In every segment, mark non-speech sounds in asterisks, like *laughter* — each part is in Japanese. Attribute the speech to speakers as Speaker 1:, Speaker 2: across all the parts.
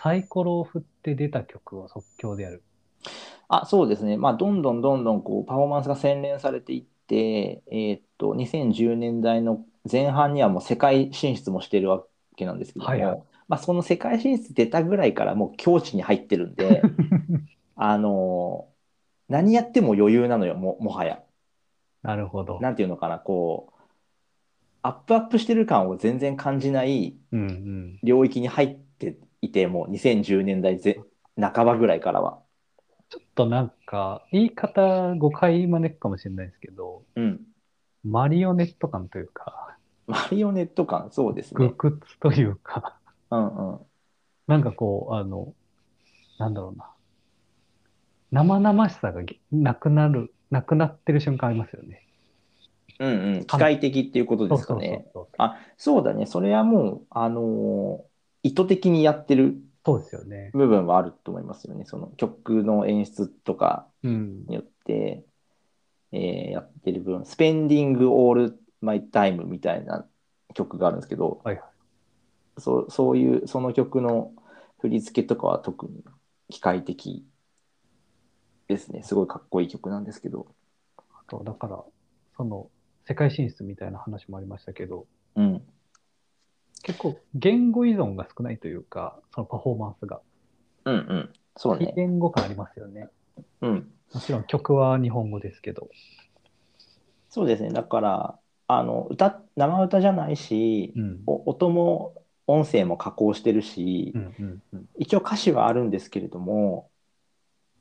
Speaker 1: サイコロを振って出た曲を即興でやる。
Speaker 2: あそうですね、まあ、どんどんどんどんこうパフォーマンスが洗練されていって、えーっと2010年代の前半にはもう世界進出もしてるわけなんですけども、
Speaker 1: はいはい
Speaker 2: まあ、その世界進出出たぐらいからもう境地に入ってる
Speaker 1: *laughs*
Speaker 2: んであのー何やっても余裕なのよももはや。
Speaker 1: なるほど。
Speaker 2: なんていうのかなこうアップアップしてる感を全然感じない
Speaker 1: うんうん。
Speaker 2: 領域に入っていてもう2010年代ぜ半ばぐらいからは。
Speaker 1: ちょっとなんか、言い方誤解招くかもしれないですけど、
Speaker 2: うん、
Speaker 1: マリオネット感というか、
Speaker 2: マリオネット感そうですね
Speaker 1: グ。クツというか、 *laughs*
Speaker 2: うんうん
Speaker 1: なんかこう、あの、なんだろうな。生々しさがぎなくなる、なくなってる瞬間ありますよね。
Speaker 2: うんうん、機械的っていうことですか
Speaker 1: そう
Speaker 2: ね。
Speaker 1: そうそうそう。
Speaker 2: あそうだね、それはもう、あのー意図的にやってる
Speaker 1: そうですよね。
Speaker 2: 部分はあると思いますよね。その曲の演出とか
Speaker 1: うん。
Speaker 2: によって、えーやってる分、スペンディングオールマイタイムみたいな曲があるんですけど、
Speaker 1: はいはい
Speaker 2: そうそういう、その曲の振り付けとかは特に機械的ですね。すごいかっこいい曲なんですけど。
Speaker 1: あと、だから、その、世界進出みたいな話もありましたけど、
Speaker 2: うん、
Speaker 1: 結構言語依存が少ないというか、そのパフォーマンスが。
Speaker 2: うん、うん、そう
Speaker 1: 非
Speaker 2: ね。
Speaker 1: 言語感ありますよね。
Speaker 2: うん
Speaker 1: もちろん曲は日本語ですけど。
Speaker 2: そうですね。だから、あの歌生歌じゃないし、
Speaker 1: うん。
Speaker 2: お音も音声も加工してるし、
Speaker 1: うんうんうん。
Speaker 2: 一応歌詞はあるんですけれども、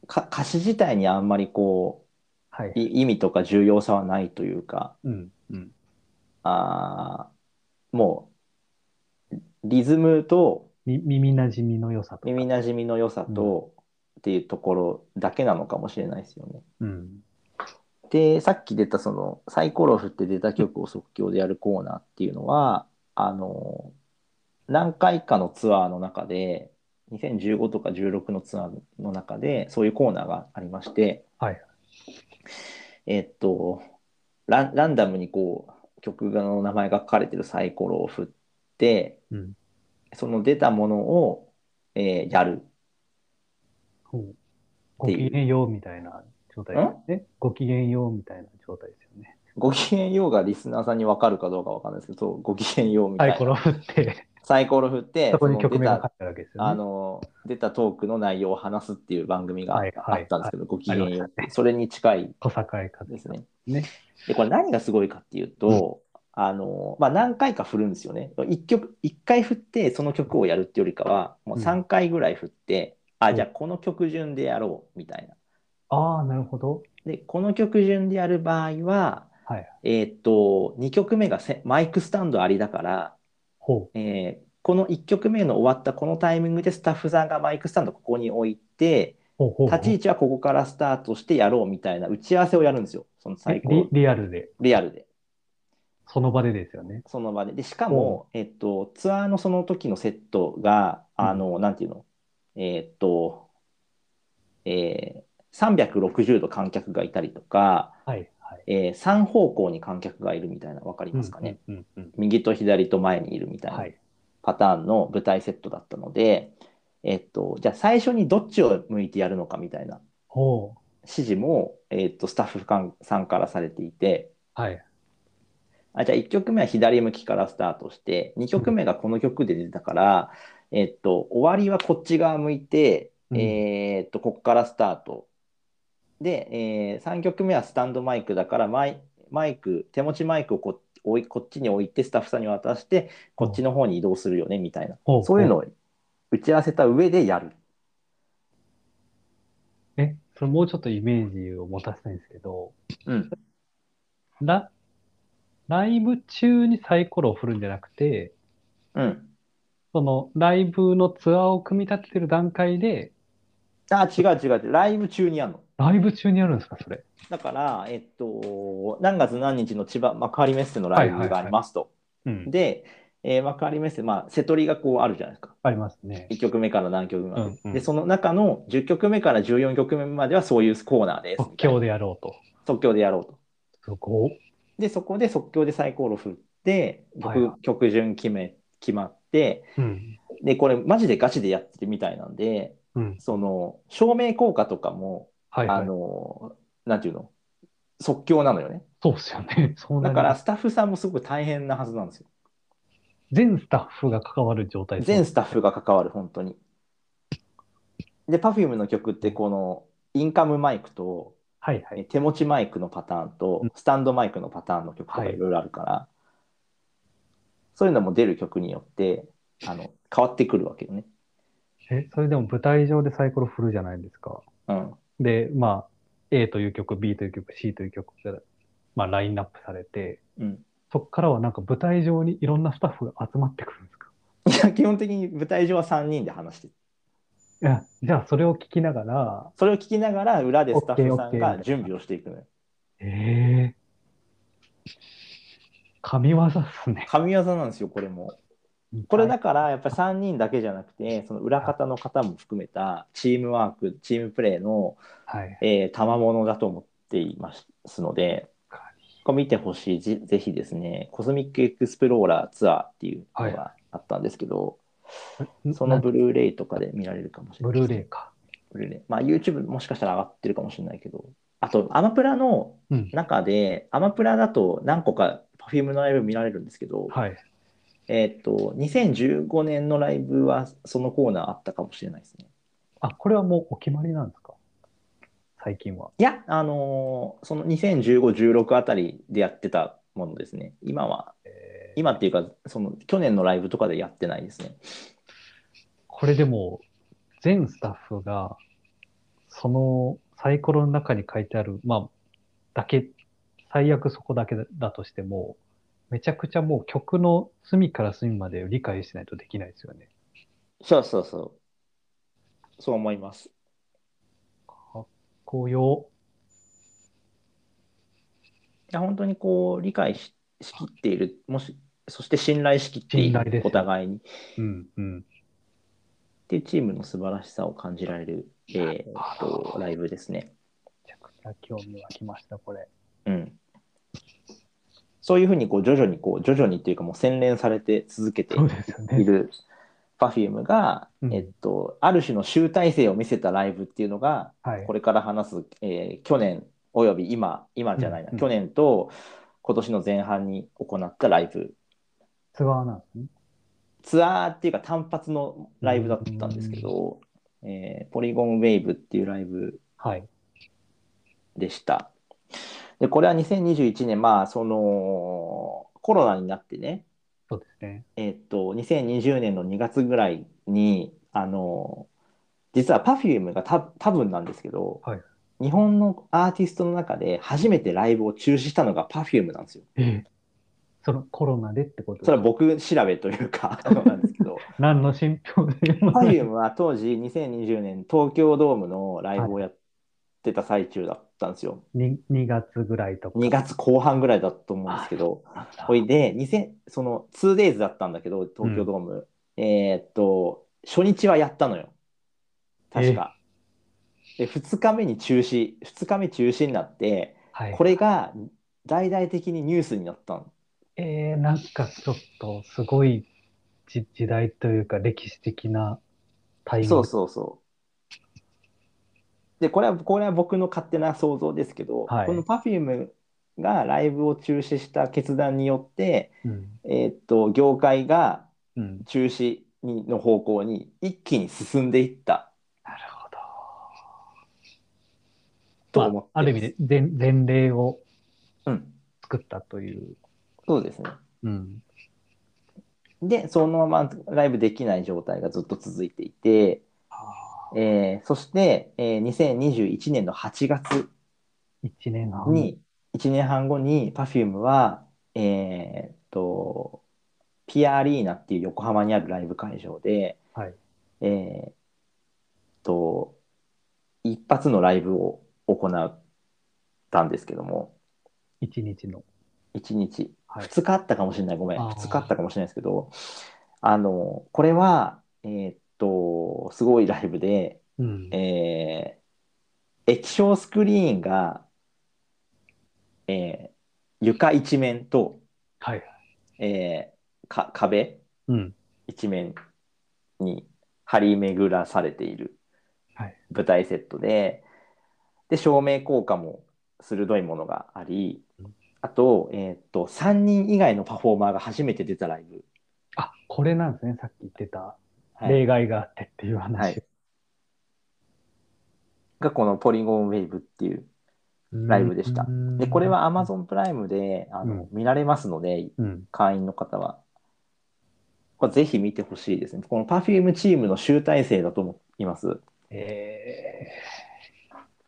Speaker 2: か歌詞自体にあんまりこ
Speaker 1: は
Speaker 2: う
Speaker 1: い。
Speaker 2: い意味とか重要さはないというか、
Speaker 1: うんうん。
Speaker 2: あーもうリズムと
Speaker 1: み耳なじみの良さとか。
Speaker 2: 耳なじみの良さと、っていうところだけなのかもしれないですよね。
Speaker 1: うん。
Speaker 2: でさっき出たそのサイコロを振って出た曲を即興でやるコーナーっていうのはあの何回かのツアーの中で2015とか16のツアーの中でそういうコーナーがありまして、
Speaker 1: はい
Speaker 2: えっとランランダムにこう曲の名前が書かれてるサイコロを振って
Speaker 1: うん。
Speaker 2: その出たものを、えーやる
Speaker 1: うんごきげんようみたいな状態ですね。ごきげんようみたいな状態ですよね。
Speaker 2: ごきげんようがリスナーさんに分かるかどうか分かんないですけどそうごきげんようみ
Speaker 1: サ
Speaker 2: たいな
Speaker 1: イコロ振って、
Speaker 2: サイコロ振って
Speaker 1: そこに
Speaker 2: その
Speaker 1: 曲
Speaker 2: 出
Speaker 1: 名
Speaker 2: た
Speaker 1: が書いてあるわけですよね。
Speaker 2: あの出たトークの内容を話すっていう番組があ
Speaker 1: はいはい
Speaker 2: ったんですけど、ごきげん
Speaker 1: あり
Speaker 2: よ
Speaker 1: ま
Speaker 2: う、それに近い
Speaker 1: 小坂井風
Speaker 2: ですね。
Speaker 1: ね
Speaker 2: でこれ何がすごいかっていうと、あのまあ、何回か振るんですよね。1, 曲1回振ってその曲をやるっていうよりかはもう3回ぐらい振って、
Speaker 1: う
Speaker 2: あ
Speaker 1: ん
Speaker 2: じゃあこの曲順でやろうみたいな。
Speaker 1: ああ、なるほど。
Speaker 2: でこの曲順でやる場合は、
Speaker 1: はい
Speaker 2: えーっと2曲目がせマイクスタンドありだから
Speaker 1: ほ
Speaker 2: えーこの1曲目の終わったこのタイミングでスタッフさんがマイクスタンドここに置いて
Speaker 1: う。ほうほうほう
Speaker 2: 立ち位置はここからスタートしてやろうみたいな打ち合わせをやるんですよその最高
Speaker 1: リリアルで、
Speaker 2: リアルで
Speaker 1: その場でですよね。
Speaker 2: その場ででしかも、えっと、ツアーのその時のセットがあの、なんていうのえっと、えー、360度観客がいたりとか、
Speaker 1: はいはい。
Speaker 2: え3方向に観客がいるみたいな分かりますかね、
Speaker 1: うんうんうん
Speaker 2: 右と左と前にいるみた
Speaker 1: う
Speaker 2: い
Speaker 1: ん。
Speaker 2: な、
Speaker 1: はい。
Speaker 2: パターンの舞台セットだったので、えっと、じゃあ最初にどっちを向いてやるのかみたいな
Speaker 1: ほう。
Speaker 2: 指示も、えっと、スタッフかんさんからされていて
Speaker 1: はい。
Speaker 2: あじゃあ1曲目は左向きからスタートして2曲目がこの曲で出たから、えっと、終わりはこっち側向いて、
Speaker 1: うん
Speaker 2: えっとこっからスタートで、え3曲目はスタンドマイクだからマイマイク手持ちマイクをこおいこっちに置いてスタッフさんに渡してこっちの方に移動するよねみたいな。
Speaker 1: ほう。
Speaker 2: そういうのを打ち合わせた上でやる。
Speaker 1: え、それもうちょっとイメージを持たせたいんですけど、
Speaker 2: うん、
Speaker 1: ラライブ中にサイコロを振るんじゃなくて、
Speaker 2: うん。
Speaker 1: そのライブのツアーを組み立ててる段階で、
Speaker 2: あ、違う違う違う。ライブ中にやるの。
Speaker 1: ライブ中にやるんですか、それ。
Speaker 2: だから、えっと、何月何日の千葉幕張メッセのライブがありますと。
Speaker 1: うん。
Speaker 2: で、えー幕張メッセ、まあ、瀬取りがこうあるじゃないですか。
Speaker 1: ありますね。
Speaker 2: 1曲目から何曲目まで。
Speaker 1: うんうん
Speaker 2: で、その中の10曲目から14曲目まではそういうコーナーです。
Speaker 1: 即興でやろうと。
Speaker 2: 即興でやろうと。
Speaker 1: すごっ
Speaker 2: で、そこで即興でサイコロ振って、曲,、
Speaker 1: はいは
Speaker 2: 曲順決め決まって、
Speaker 1: うん。
Speaker 2: で、これマジでガチでやってるみたいなんで、
Speaker 1: うん。
Speaker 2: その、照明効果とかも、
Speaker 1: はい、
Speaker 2: あ
Speaker 1: はい。
Speaker 2: の、なんていうの即興なのよね。
Speaker 1: そうっすよね。 *laughs* そうな
Speaker 2: だ
Speaker 1: り
Speaker 2: か
Speaker 1: ま
Speaker 2: ら
Speaker 1: す
Speaker 2: スタッフさんもすごく大変なはずなんですよ。
Speaker 1: 全スタッフが関わる状態ですね
Speaker 2: 全スタッフが関わる、本当に。で、Perfume の曲って、この、インカムマイクと、
Speaker 1: はいはい。
Speaker 2: 手持ちマイクのパターンと
Speaker 1: うん
Speaker 2: スタンドマイクのパターンの曲とか
Speaker 1: はい
Speaker 2: いろいろあるから、そういうのも出る曲によってあの変わってくるわけよね。
Speaker 1: え、それでも舞台上でサイコロ振るじゃないですか。
Speaker 2: うん、
Speaker 1: で、まあ、A という曲、B という曲、C という曲が、まあ、ラインナップされて、
Speaker 2: うん、 *laughs*
Speaker 1: そっからはなんか舞台上にいろんなスタッフが集まってくるんですか
Speaker 2: いや基本的に舞台上は3人で話してる
Speaker 1: いや、じゃあそれを聞きながら、
Speaker 2: それを聞きながら裏でスタッフさん
Speaker 1: OK
Speaker 2: が
Speaker 1: OK
Speaker 2: 準備をしていくのよ。
Speaker 1: ええ神業っすね。
Speaker 2: 神業なんですよこれも。これだからやっぱり3人だけじゃなくてその裏方の方も含めたチームワークチームプレーの、
Speaker 1: はい。
Speaker 2: えー、賜物だと思っていますのでこれ見てほしいぜぜひですね「コスミックエクスプローラーツアー」っていうのがあったんですけど、そのブ
Speaker 1: ル
Speaker 2: ルーレイとかで見られるかもしれ
Speaker 1: ブ
Speaker 2: ない
Speaker 1: ルーレイか。
Speaker 2: ブルーレイまあ YouTube もしかしたら上がってるかもしれないけどあとアマプラの
Speaker 1: うん。
Speaker 2: 中でアマプラだと何個か Perfume のライブ見られるんですけど、
Speaker 1: はい。
Speaker 2: えーっと2015年のライブはそのコーナーあったかもしれないですね
Speaker 1: あ、これはもうお決まりなんですか最近は。
Speaker 2: いやあのーその201516あたりでやってたものですね今は
Speaker 1: えー
Speaker 2: 今っていうかその去年のライブとかでやってないですね
Speaker 1: これでも、全スタッフが、そのサイコロの中に書いてある、まあ、だけ、最悪そこだけだとしても、めちゃくちゃもう曲の隅から隅まで理解しないとできないですよね。
Speaker 2: そうそうそう。そう思います。
Speaker 1: こうよ、
Speaker 2: いや、本当にこう、理解ししきっている、もし、そして信頼しきってい
Speaker 1: 信頼で
Speaker 2: る
Speaker 1: す、よ
Speaker 2: お互いに。っ
Speaker 1: うん、うん。
Speaker 2: ていうチームの素晴らしさを感じられる、えーっと、ライブですね。
Speaker 1: めちゃくちゃ興味湧きました、これ。
Speaker 2: うん。そういうふうに、こう、徐々に、こう、徐々にっていうか、もう洗練されて続けて
Speaker 1: そうですよ
Speaker 2: い
Speaker 1: ね。
Speaker 2: る、Perfume が、
Speaker 1: うん
Speaker 2: えっと、ある種の集大成を見せたライブっていうのが、
Speaker 1: はい
Speaker 2: こ。れから話す、えー去年および今、今じゃないな、
Speaker 1: うん
Speaker 2: 去年と今年の前半に行ったライブ、
Speaker 1: ツアーなんですね。
Speaker 2: ツアーっていうか単発のライブだったんですけど、えーポリゴンウェイブっていうライブ
Speaker 1: はい。
Speaker 2: でした。で、これは2021年、まあ、その、コロナになってね、
Speaker 1: そうですね。
Speaker 2: えーっと、2020年の2月ぐらいに、あの、実は Perfume がた多分なんですけど、
Speaker 1: はい
Speaker 2: 日本のアーティストの中で初めてライブを中止したのが Perfume なんですよ。
Speaker 1: ええ。そのコロナでってこと
Speaker 2: それは僕調べとい
Speaker 1: *laughs*
Speaker 2: うか、あのなんですけど、
Speaker 1: 何の信憑でもない
Speaker 2: Perfume は当時2020年東京ドームのライブをやってた最中だったんですよ。
Speaker 1: に2月ぐらいとか。
Speaker 2: 2月後半ぐらいだと思うんですけど、
Speaker 1: なんだ
Speaker 2: ほいで、2000その 2days だったんだけど、東京ドーム。えーっと、初日はやったのよ。確か。で、2日目に中止、2日目中止になって、
Speaker 1: はい。
Speaker 2: これが大々的にニュースになったの。
Speaker 1: えー、なんかちょっとすごい時時代というか歴史的なタイミング
Speaker 2: そうそうそう。で、これは、これは僕の勝手な想像ですけど、
Speaker 1: はい
Speaker 2: この Perfume がライブを中止した決断によって、
Speaker 1: うん
Speaker 2: えーっと、業界が
Speaker 1: うん、
Speaker 2: 中止にの方向に一気に進んでいった
Speaker 1: なるほ
Speaker 2: と
Speaker 1: ど。
Speaker 2: 思っ
Speaker 1: ま
Speaker 2: て
Speaker 1: あ、ある意味で前前例を
Speaker 2: ます。うん、
Speaker 1: 作ったという。
Speaker 2: そうですね。
Speaker 1: うん。
Speaker 2: で、そのままライブできない状態がずっと続いていて、
Speaker 1: あ
Speaker 2: えーそして、えー2021年の8月
Speaker 1: ー一年半。
Speaker 2: に、1年半後に Perfume は、えーっと、ピアアリーナっていう横浜にあるライブ会場で、
Speaker 1: はい
Speaker 2: えーっと、一発のライブを行ったんですけども、
Speaker 1: 一日の。
Speaker 2: 1日、
Speaker 1: はい。
Speaker 2: 2日あったかもしれない、ごめん、
Speaker 1: あー
Speaker 2: 2日あったかもしれないですけど、あの、これは、えーっと、すごいライブで、
Speaker 1: うん、
Speaker 2: えー液晶スクリーンが、えー床一面と、
Speaker 1: はい。
Speaker 2: えーか壁
Speaker 1: うん。
Speaker 2: 一面に張り巡らされている
Speaker 1: はい
Speaker 2: 舞台セットで、で照明効果も鋭いものがあり
Speaker 1: うん
Speaker 2: あと,、えーっと3人以外のパフォーマーが初めて出たライブ、
Speaker 1: あ、これなんですね。さっき言ってた、
Speaker 2: はい
Speaker 1: 例外があってっていう話。
Speaker 2: はいがこの「ポリゴンウェイブ」っていうライブでした
Speaker 1: うん
Speaker 2: でこれは Amazon プライムであの、
Speaker 1: うん
Speaker 2: 見られますので
Speaker 1: うん。
Speaker 2: 会員の方はこれぜひ見てほしいですねこの Perfume チームの集大成だと思います
Speaker 1: えー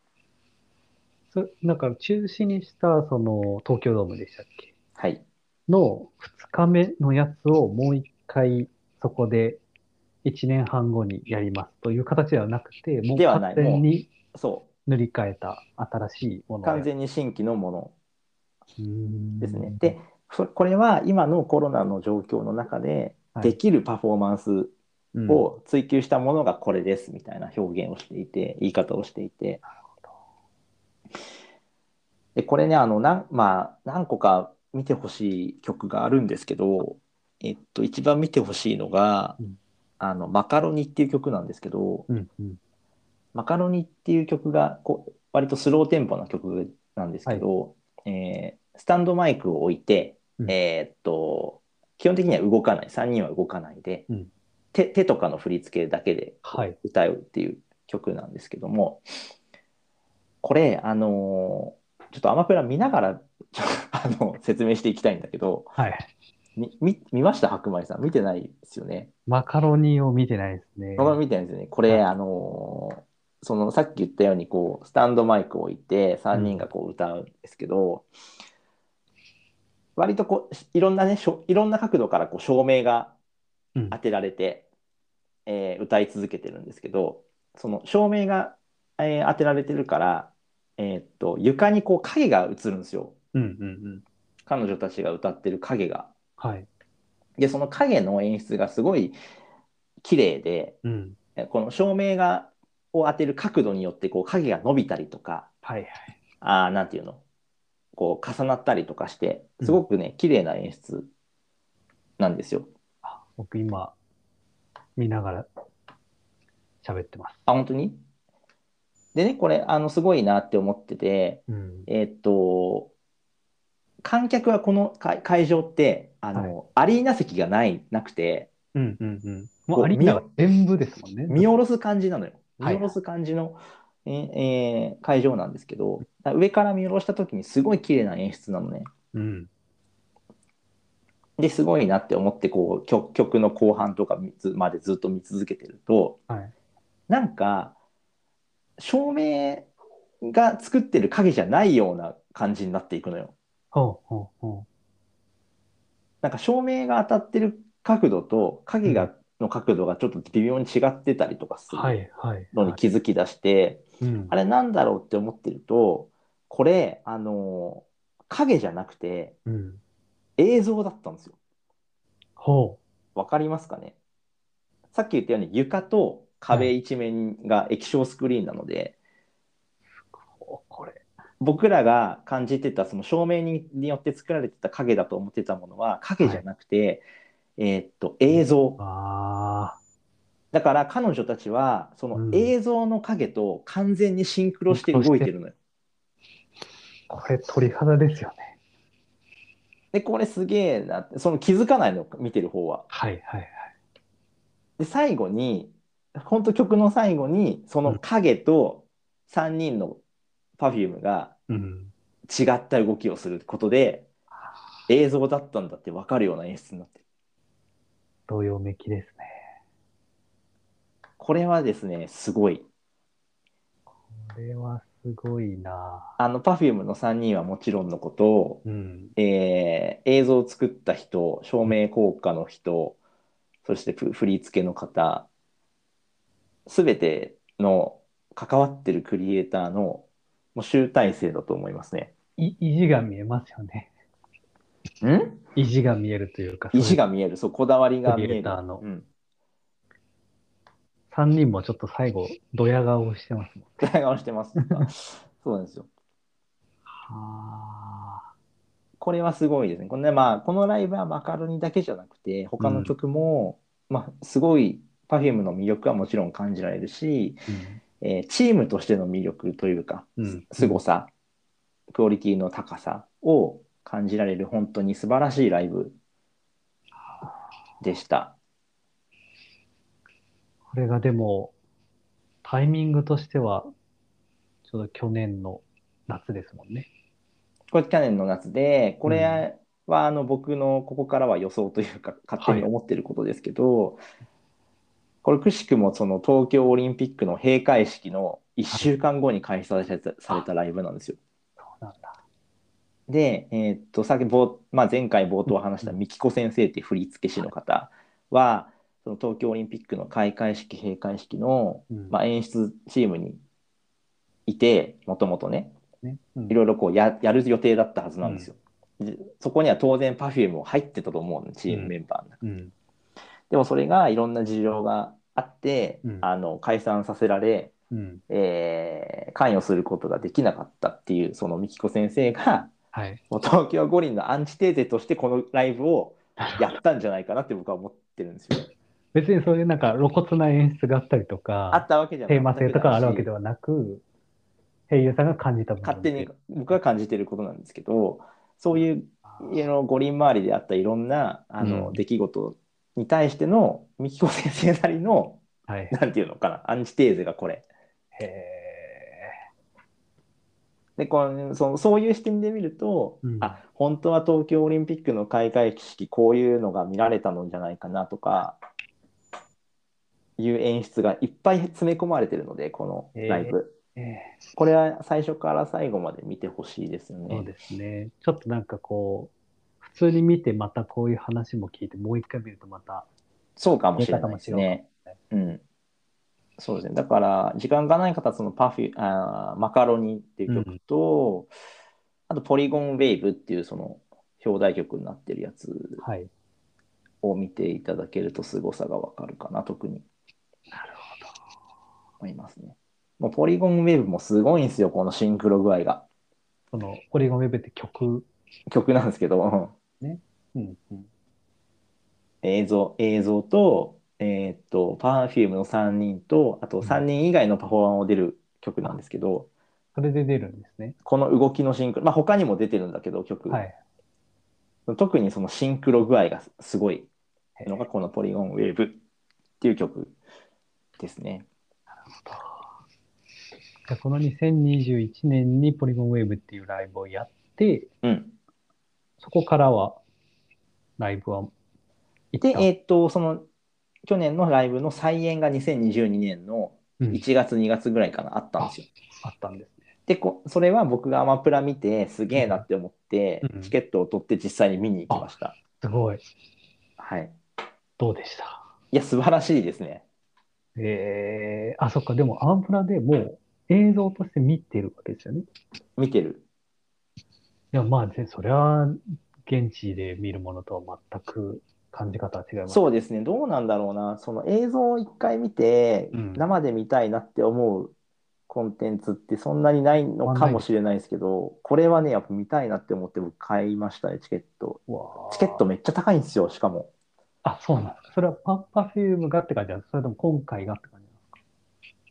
Speaker 1: そなんか中止にしたその東京ドームでしたっけ
Speaker 2: はい
Speaker 1: の2日目のやつをもう一回そこで1年半後にやりますという形ではなくて、もう
Speaker 2: ではない
Speaker 1: 完全に
Speaker 2: そ
Speaker 1: 塗り替えた新しいも
Speaker 2: う
Speaker 1: の
Speaker 2: 完全に新規のもの
Speaker 1: 全
Speaker 2: ですね、でそこれは今のコロナの状況の中で
Speaker 1: はい
Speaker 2: できるパフォーマンス
Speaker 1: うん
Speaker 2: を追求したものがこれですみたいな表現をしていて言い方をしていてでこれねあのなん、まあ、何個か見てほしい曲があるんですけど、えっと、一番見てほしいのが
Speaker 1: うん
Speaker 2: 「あのマカロニ」っていう曲なんですけど
Speaker 1: うんうん
Speaker 2: 「マカロニ」っていう曲がこう割とスローテンポな曲なんですけど、えースタンドマイクを置いて、
Speaker 1: うん
Speaker 2: えーっと基本的には動かない3人は動かないで、
Speaker 1: うん
Speaker 2: 手手とかの振り付けだけで
Speaker 1: はい。
Speaker 2: 歌うっていう曲なんですけどもこれあのーちょっとアマプラ見ながら *laughs* ちょあの説明していきたいんだけど
Speaker 1: はい。
Speaker 2: み見見ました白米さん見てないですよね
Speaker 1: マカロニを見てないですね。
Speaker 2: 僕は見てないですよねこれ、あのーそのさっき言ったようにこうスタンドマイクを置いて3人がこう歌うんですけど、割とこういろんなねしょいろんな角度からこう照明が
Speaker 1: うん
Speaker 2: 当てられて、えー歌い続けてるんですけどその照明が、えー当てられてるから、えーっと床にこう影が映るんですよ
Speaker 1: うんうんうん。
Speaker 2: 彼女たちが歌ってる影が。
Speaker 1: はい。
Speaker 2: でその影の演出がすごい綺麗で
Speaker 1: うん。
Speaker 2: えこの照明がを当てる角度によってこう影が伸びたりとか
Speaker 1: はいはい。
Speaker 2: あーなんていうのこう重なったりとかしてすごくね、綺麗な演出なんですよ。
Speaker 1: あ僕今、見ながら喋ってます。
Speaker 2: あ本当にでねこれあのすごいなって思ってて
Speaker 1: うん。
Speaker 2: えーっと観客はこの会会場ってあの、アリーナ席がないなくて
Speaker 1: うんうんうん。
Speaker 2: う
Speaker 1: もうアリーナが全部ですもんね。
Speaker 2: 見下ろす感じなのよ。見
Speaker 1: はい
Speaker 2: 下ろす感じの、ええー会場なんですけどだから上から見下ろした時にすごい綺麗な演出なのね。
Speaker 1: うん。
Speaker 2: ですごいなって思ってこう曲曲の後半とかみずまでずっと見続けてると
Speaker 1: はい。
Speaker 2: なんか照明が作ってる影じゃないような感じになっていくのよ。
Speaker 1: ほうほうほ
Speaker 2: なんか照明が当たってる角度と影が、の角度がちょっと微妙に違ってたりとかす
Speaker 1: う。
Speaker 2: る
Speaker 1: はいはい。
Speaker 2: のに気づき出して、
Speaker 1: うん
Speaker 2: あれなんだろうって思ってるとこれあの影じゃなくて
Speaker 1: うん。
Speaker 2: 映像だったんですよ。
Speaker 1: ほ
Speaker 2: わかりますかねさっき言ったように床と壁一面が液晶スクリーンなので、
Speaker 1: う。おこれ。
Speaker 2: 僕らが感じてたその照明にによって作られてた影だと思ってたものは影じゃなくて、えーっと映像
Speaker 1: ああ。
Speaker 2: だから彼女たちはそうの
Speaker 1: ん
Speaker 2: 映像の影と完全にシンクロして動いてるのよ。
Speaker 1: これ鳥肌ですよね。
Speaker 2: でこれすげえなってその気づかないの見てる方は。
Speaker 1: はいはいはい。
Speaker 2: で最後に本当曲の最後にその影と3人の Perfume が
Speaker 1: うん。
Speaker 2: 違った動きをすることで映像だったんだって分かるような演出になってる
Speaker 1: 同様めきですね。
Speaker 2: これはですねすごい
Speaker 1: これはすごいな
Speaker 2: あの Perfume の3人はもちろんのこと、
Speaker 1: うん。
Speaker 2: えー映像を作った人照明効果の人そしてふ振り付けの方全ての関わってるクリエイターのもう集大成だと思いますね。
Speaker 1: い意地が見えますよね。
Speaker 2: ん
Speaker 1: 意地が見えるというか、
Speaker 2: 意地が見えるそうこだわりが見え
Speaker 1: クリエイ
Speaker 2: る
Speaker 1: ターの
Speaker 2: うん、
Speaker 1: 3人もちょっと最後、ドヤ顔をしてますもん。
Speaker 2: ドヤ顔してますと
Speaker 1: *laughs*
Speaker 2: かそうなんですよ
Speaker 1: あ
Speaker 2: これはすごいですね。この,、ねまあ、このライブはマカロニだけじゃなくて他の曲も、まあ、すごい Perfume の魅力はもちろん感じられるし、えーチームとしての魅力というか、
Speaker 1: うん
Speaker 2: すごさ、クオリティの高さを感じられる本当に素晴らしいライブでした。
Speaker 1: これがでも、タイミングとしては、ちょうど去年の夏ですもんね。
Speaker 2: これ去年の夏で、これはあの僕のここからは予想というか、勝手に思ってることですけど、これくしくもその東京オリンピックの閉会式の1週間後に開催されたされたライブなんですよ。
Speaker 1: そうなんだ。
Speaker 2: で、えーっと、さっき冒、まあ、前回冒頭話した
Speaker 1: うん
Speaker 2: みきこ先生っていう振付師の方は、その東京オリンピックの開会式、閉会式の、
Speaker 1: うん
Speaker 2: まあ、演出チームにいて、もともとね、
Speaker 1: ねうん
Speaker 2: いろいろこうややる予定だったはずなんですよ。でそこには当然 Perfume も入ってたと思うのチームメンバーの中、
Speaker 1: うん
Speaker 2: でもそれがいろんな事情があって、
Speaker 1: うん
Speaker 2: あの解散させられ、
Speaker 1: うん。
Speaker 2: えー関与することができなかったっていうそのみきこ先生が
Speaker 1: *laughs* はい。
Speaker 2: もう東京五輪のアンチテーゼとしてこのライブをやったんじゃないかなって僕は思ってるんですよ。
Speaker 1: 別にそういうなんか露骨な演出が *laughs* あったりと
Speaker 2: あ
Speaker 1: か
Speaker 2: っ、たわけじゃない
Speaker 1: テーマ性とかあるわけではなく、声優さんが感じた部分
Speaker 2: 勝手に僕が感じてることなんですけどそういう
Speaker 1: あ
Speaker 2: 家の五輪周りであったいろんなあの、
Speaker 1: うん
Speaker 2: 出来事に対してのみきこ先生なりの
Speaker 1: *laughs* ーはい。
Speaker 2: なんていうのかなアンチテーゼがこれ。
Speaker 1: へ
Speaker 2: でこのそのそういう視点で見ると、
Speaker 1: うん
Speaker 2: あ本当は東京オリンピックの開会式こういうのが見られたのじゃないかなとかいう演出がいっぱい詰め込まれてるのでこのライブ、
Speaker 1: ええ
Speaker 2: これは最初から最後まで見てほしいですね。
Speaker 1: そうですね。ちょっとなんかこう、普通に見てまたこういう話も聞いて、もう一回見るとまた、
Speaker 2: そうかもしれないですね。うん。そうですね。だから、時間がない方は、そのパフュあーマカロニっていう曲と、あと、ポリゴンウェーブっていう、その、表題曲になってるやつ
Speaker 1: はい。
Speaker 2: を見ていただけると、凄さがわかるかな、特に
Speaker 1: なる
Speaker 2: 思いますね。もう、ポリゴンウェーブもすごいんですよ、このシンクロ具合が。
Speaker 1: ほど。その、ポリゴンウェブって曲、
Speaker 2: 曲なんですけど、うん
Speaker 1: うんうん、
Speaker 2: 映像、映像と、えーっと、パーフュームの3人と、あと3人以外のパフォーマーも出る曲なんですけど、
Speaker 1: それで出るんですね。
Speaker 2: この動きのシンクロ、まあ、他にも出てるんだけど曲、
Speaker 1: はい。
Speaker 2: 特にそのシンクロ具合がすごいのがこの「ポリゴンウェーブ」っていう曲ですね。
Speaker 1: じゃあこの2021年にポリゴンウェーブっていうライブをやって、
Speaker 2: うん、
Speaker 1: そこからは、ライブは、
Speaker 2: で、えーっとその去年のライブの再演が2022年の
Speaker 1: うん
Speaker 2: 1月2月ぐらいかなあったんですよ。
Speaker 1: あったんですね。
Speaker 2: でこそれは僕がアマプラ見てすげえなって思って、
Speaker 1: うん
Speaker 2: チケットを取って実際に見に行きました。
Speaker 1: すごい。
Speaker 2: はい、
Speaker 1: どうでした
Speaker 2: いや素晴らしいですね。
Speaker 1: ええあ、そっか。でも、アンプラでもう映像として見てるわけですよね。
Speaker 2: 見てる。
Speaker 1: いや、まあ、ぜそりゃ、現地で見るものとは全く感じ方は違います。
Speaker 2: そうですね、どうなんだろうな、その映像を一回見て、
Speaker 1: うん
Speaker 2: 生で見たいなって思うコンテンツってそんなにないのか
Speaker 1: あな
Speaker 2: も
Speaker 1: い
Speaker 2: しれないですけど、これはね、やっぱ見たいなって思って、僕、買いましたね、チケット。
Speaker 1: うわー
Speaker 2: チケットめっちゃ高いんですよ、しかも。
Speaker 1: あ、そうなんですか。それはパパフュームがって感じなんですかそれとも今回がって感じなんですか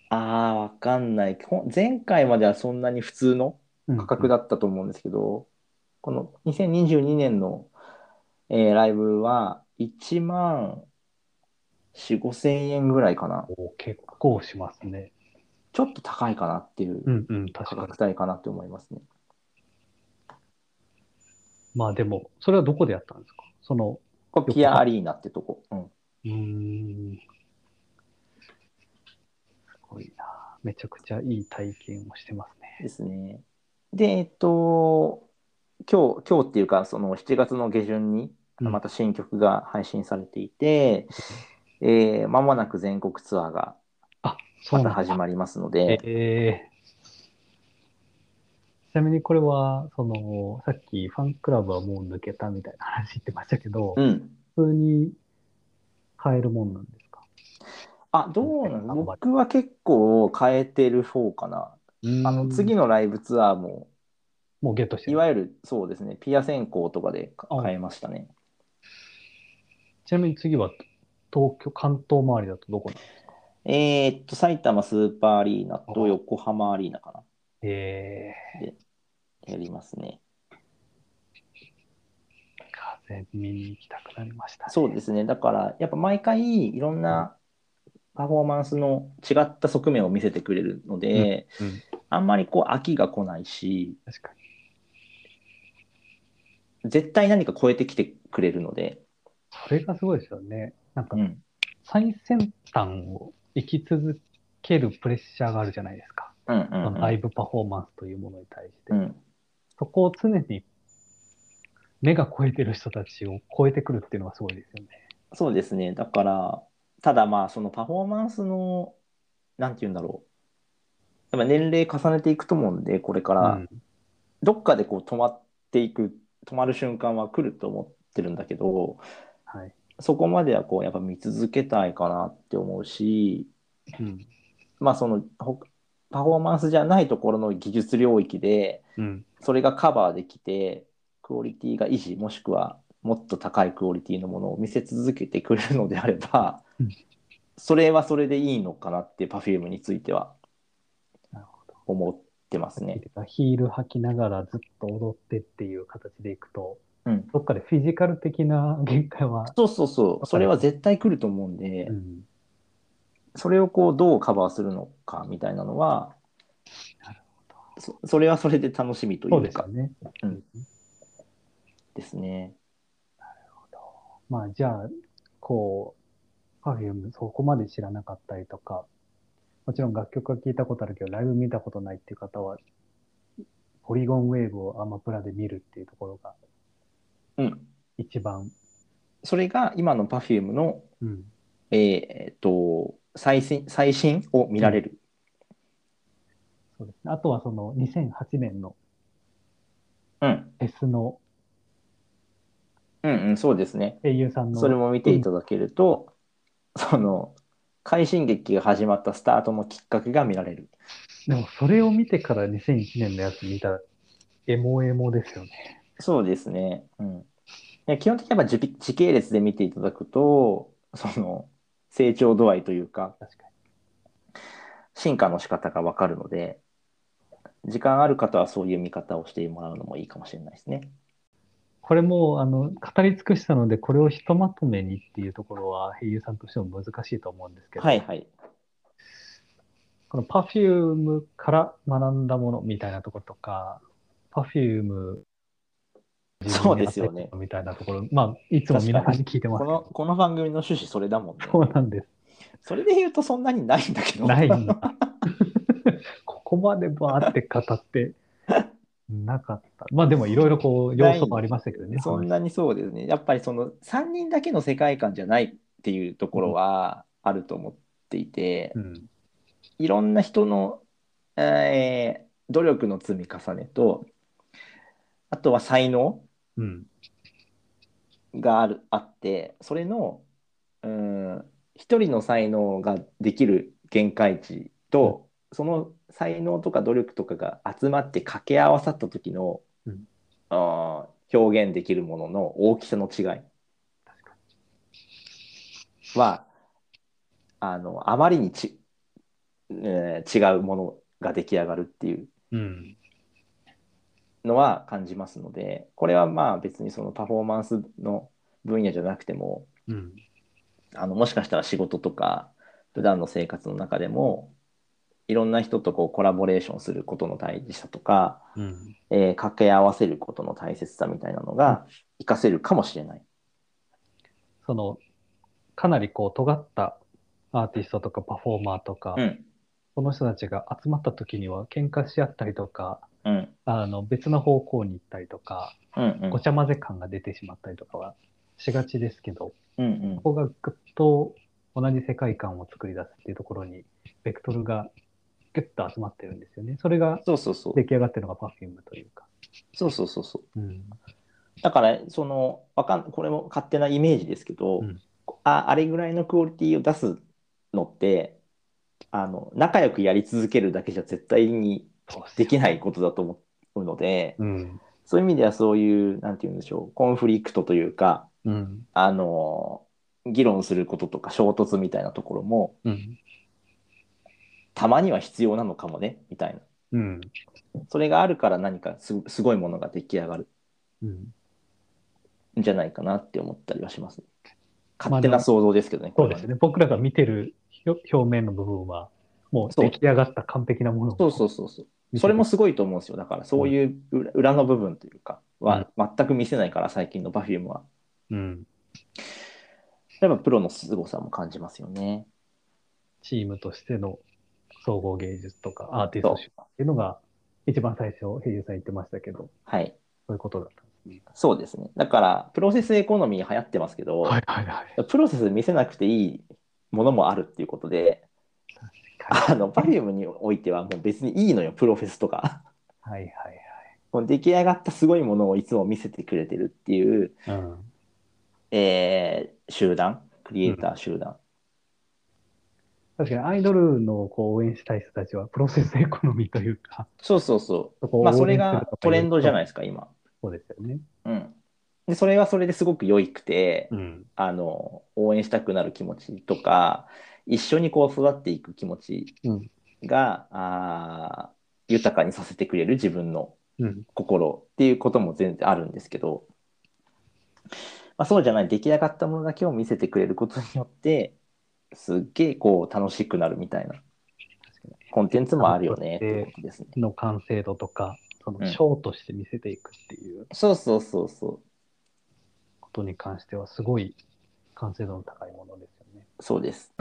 Speaker 2: あー、わかんない。こ前回まではそんなに普通の
Speaker 1: うん
Speaker 2: 価格だったと思うんですけど、この2022年の、えーライブは1万4、5千円ぐらいかな。
Speaker 1: お結構しますね。
Speaker 2: ちょっと高いかなっていう。
Speaker 1: うんうん、
Speaker 2: 価
Speaker 1: 確かに
Speaker 2: 格。帯かなって思いますね。
Speaker 1: まあでも、それはどこでやったんですかその、
Speaker 2: これピアアリーナってとこ。うん、
Speaker 1: うーん。すごいな。めちゃくちゃいい体験をしてますね。
Speaker 2: ですね。で、えっと、今日、今日っていうか、その7月の下旬に、
Speaker 1: うん
Speaker 2: また新曲が配信されていて、えー間もなく全国ツアーが
Speaker 1: あ、そう
Speaker 2: ま
Speaker 1: な
Speaker 2: た
Speaker 1: んだ
Speaker 2: 始まりますの
Speaker 1: え
Speaker 2: で、
Speaker 1: えちなみにこれは、その、さっきファンクラブはもう抜けたみたいな話言ってましたけど、
Speaker 2: うん。
Speaker 1: 普通に買えるもんなんですか
Speaker 2: あ、どうなの僕は結構変えてる方かな。あの次のライブツアーも、
Speaker 1: もうゲットして
Speaker 2: い
Speaker 1: る
Speaker 2: わゆるそうですね、ピア選考とかで変えましたね。
Speaker 1: ちなみに次は東京、関東周りだとどこなの
Speaker 2: えーっと、埼玉スーパーアリーナと横浜アリーナかな。
Speaker 1: え
Speaker 2: やりますね。
Speaker 1: ー、風見に行きたくなりました、ね。。
Speaker 2: そうですすね。だから、やっぱ毎回いろんなパフォーマンスの違った側面を見せてくれるので、
Speaker 1: うん、
Speaker 2: あんまりこう飽きが来ないし、
Speaker 1: 確かに。
Speaker 2: 絶対何か超えてきてくれるので、
Speaker 1: それがすごいですよね。なんか
Speaker 2: う、ん、
Speaker 1: 最先端を生き続けるプレッシャーがあるじゃないですか。
Speaker 2: うんうん
Speaker 1: その
Speaker 2: うん
Speaker 1: ライブパフォーマンスというものに対して。
Speaker 2: うん、
Speaker 1: そこを常に目が超えてる人たちを超えてくるっていうのはすごいですよね。
Speaker 2: そうですね。だから、ただまあ、そのパフォーマンスの、なんて言うんだろう。やっぱ年齢重ねていくと思うんで、これから、
Speaker 1: うん
Speaker 2: どっかでこう止まっていく、止まる瞬間は来ると思ってるんだけど、
Speaker 1: はい。
Speaker 2: そこまではこう、やっぱ見続けたいかなって思うし、
Speaker 1: うん。
Speaker 2: まあ、その、ほパフォーマンスじゃないところの技術領域で、
Speaker 1: うん。
Speaker 2: それがカバーできて、クオリティが維持、もしくはもっと高いクオリティのものを見せ続けてくれるのであれば
Speaker 1: うん、
Speaker 2: それはそれでいいのかなって、Perfume については
Speaker 1: なるほど。
Speaker 2: 思ってますね。
Speaker 1: ヒール履きながらずっと踊ってっていう形でいくと、
Speaker 2: うん、
Speaker 1: どっかでフィジカル的な限界は、
Speaker 2: そうそうそう、それは絶対来ると思うんで、
Speaker 1: うん、
Speaker 2: それをこうどうカバーするのかみたいなのは
Speaker 1: なる、
Speaker 2: そそれはそれで楽しみとい
Speaker 1: そうで
Speaker 2: う
Speaker 1: すよ
Speaker 2: か
Speaker 1: ね。
Speaker 2: うんですね。
Speaker 1: まあじゃあ、こう、パフュームそこまで知らなかったりとか、もちろん楽曲は聴いたことあるけど、ライブ見たことないっていう方は、ポリゴンウェーブをアマプラで見るっていうところが
Speaker 2: うん、
Speaker 1: 一番、
Speaker 2: それが今の Perfume の、
Speaker 1: うん、
Speaker 2: えーえーと最新最新を見られる。
Speaker 1: そうですね。あとはその2008年の
Speaker 2: うん、
Speaker 1: フェスの
Speaker 2: うん、うん、そうですね。
Speaker 1: 声優さんの、
Speaker 2: それも見ていただけると、その快進撃が始まったスタートのきっかけが見られる。
Speaker 1: でもそれを見てから2001年のやつ見たら、エモエモですよね。
Speaker 2: そうですね。うん、いや基本的には時時系列で見ていただくと、その成長度合いというか、
Speaker 1: 確かに。
Speaker 2: 進化の仕方がわかるので、時間ある方はそういう見方をしてもらうのもいいかもしれないですね。
Speaker 1: これもあの語り尽くしたので、これをひとまとめにっていうところは、声優さんとしても難しいと思うんですけど、
Speaker 2: はいはい。
Speaker 1: この Perfume から学んだものみたいなところとか、Perfume
Speaker 2: そうですよね
Speaker 1: みたいなところ、まあ、いつも皆さんに聞いてます
Speaker 2: こ
Speaker 1: け
Speaker 2: の
Speaker 1: ど。
Speaker 2: この番組の趣旨それだもんね。
Speaker 1: そうなんです。
Speaker 2: それで言うとそんなに *laughs* ないんだけど。
Speaker 1: ないんだ。ここまでバーって語ってなかった。まあでもいろいろこう要素もありましたけどね。
Speaker 2: そんなにそうですね。やっぱりその3人だけの世界観じゃないっていうところはあると思っていて、
Speaker 1: うん。
Speaker 2: いろんな人の、えー努力の積み重ねと、あとは才能
Speaker 1: うん。
Speaker 2: があるあって、それの、うん、一人の才能ができる限界値と、その才能とか努力とかが集まって掛け合わさった時の、
Speaker 1: うん
Speaker 2: あー表現できるものの大きさの違い
Speaker 1: 確か
Speaker 2: は、あの、あまりにち、えー違うものが出来上がるっていう
Speaker 1: に。うん。
Speaker 2: のは感じますので、これはまあ別にそのパフォーマンスの分野じゃなくても、
Speaker 1: うん。
Speaker 2: あのもしかしたら仕事とか普段の生活の中でもいろんな人とこうコラボレーションすることの大事さとか、
Speaker 1: うん。
Speaker 2: えー掛け合わせることの大切さみたいなのが活かせるかもしれない。
Speaker 1: その、かなりこう尖ったアーティストとかパフォーマーとか、
Speaker 2: うん、
Speaker 1: この人たちが集まった時には喧嘩し合ったりとか、
Speaker 2: うん、
Speaker 1: あの別の方向に行ったりとか、
Speaker 2: うん、うん
Speaker 1: ごちゃ混ぜ感が出てしまったりとかはしがちですけど、
Speaker 2: うん、うん、
Speaker 1: ここがぐっと同じ世界観を作り出すっていうところに、ベクトルがギュッと集まってるんですよね。それが
Speaker 2: そうそうそう
Speaker 1: 出、来上がってるのが Perfume というか。
Speaker 2: そうそうそうそう。
Speaker 1: うん。
Speaker 2: だからそのわかんこれも勝手なイメージですけど、
Speaker 1: うん
Speaker 2: ああれぐらいのクオリティを出すのってあの仲良くやり続けるだけじゃ絶対に
Speaker 1: そうす
Speaker 2: できないことだと思うので。
Speaker 1: うん。
Speaker 2: そういう意味ではそういう、なんて言うんでしょう、コンフリクトというか、
Speaker 1: うん。
Speaker 2: あの、議論することとか衝突みたいなところも
Speaker 1: うん。
Speaker 2: たまには必要なのかもねみたい
Speaker 1: うん。
Speaker 2: なそれがあるから何かすすごいものが出来上がる
Speaker 1: うん。
Speaker 2: んじゃないかなって思ったりはします
Speaker 1: まあ
Speaker 2: 勝
Speaker 1: で
Speaker 2: 手
Speaker 1: も
Speaker 2: な想像ですけどね、
Speaker 1: そ
Speaker 2: こ
Speaker 1: うで
Speaker 2: れは
Speaker 1: すね。僕らが見てる表表面の部分は、もう出来上がった完璧なものを
Speaker 2: そうそうそうそうそれもすごいと思うんですよだからそういう裏裏の部分というかは全く見せないから最近の Perfume は
Speaker 1: うん。
Speaker 2: やっぱプロの凄さも感じますよね
Speaker 1: チームとしての総合芸術とかアーティスト集っていうのが、一番最初、平井さん言ってましたけど、
Speaker 2: はい
Speaker 1: そういうことだったんですね。
Speaker 2: そうですねだからプロセスエコノミー流行ってますけど、
Speaker 1: はいはいはい。
Speaker 2: プロセス見せなくていいものもあるっていうことで
Speaker 1: 確
Speaker 2: あの Perfume においてはもう別にいいのよプロフェスとか *laughs*
Speaker 1: かに。はい
Speaker 2: もう出来上がったすごいものをいつも見せてくれてるっていう、
Speaker 1: はいはい。うん。
Speaker 2: えー集団クリエイター集団、
Speaker 1: 確かにアイドルのこう応援したい人たちは、プロセスエコノミーというか、
Speaker 2: そうそうそ
Speaker 1: そうこ
Speaker 2: *laughs* まあそれがトレンドじゃない
Speaker 1: い
Speaker 2: ですか今
Speaker 1: そうですよね。
Speaker 2: うんでそれはそれですごく良いくて、
Speaker 1: うん。
Speaker 2: あの応援したくなる気持ちとか一緒にこう育っていく気持ち
Speaker 1: うん
Speaker 2: が、あー豊かにさせてくれる自分の
Speaker 1: うん。
Speaker 2: 心っていうことも全然あるんですけど、まあ、そうじゃない出来上がったものだけを見せてくれることによってすっげえこう楽しくなるみたいなコンテンツもあるよねっていうことですね。
Speaker 1: の完成度とか、その
Speaker 2: うん
Speaker 1: ショーとして見せていくっていう
Speaker 2: そうそうそうそ
Speaker 1: ことに関しては、すごい完成度の高いものですよね。
Speaker 2: うそうです。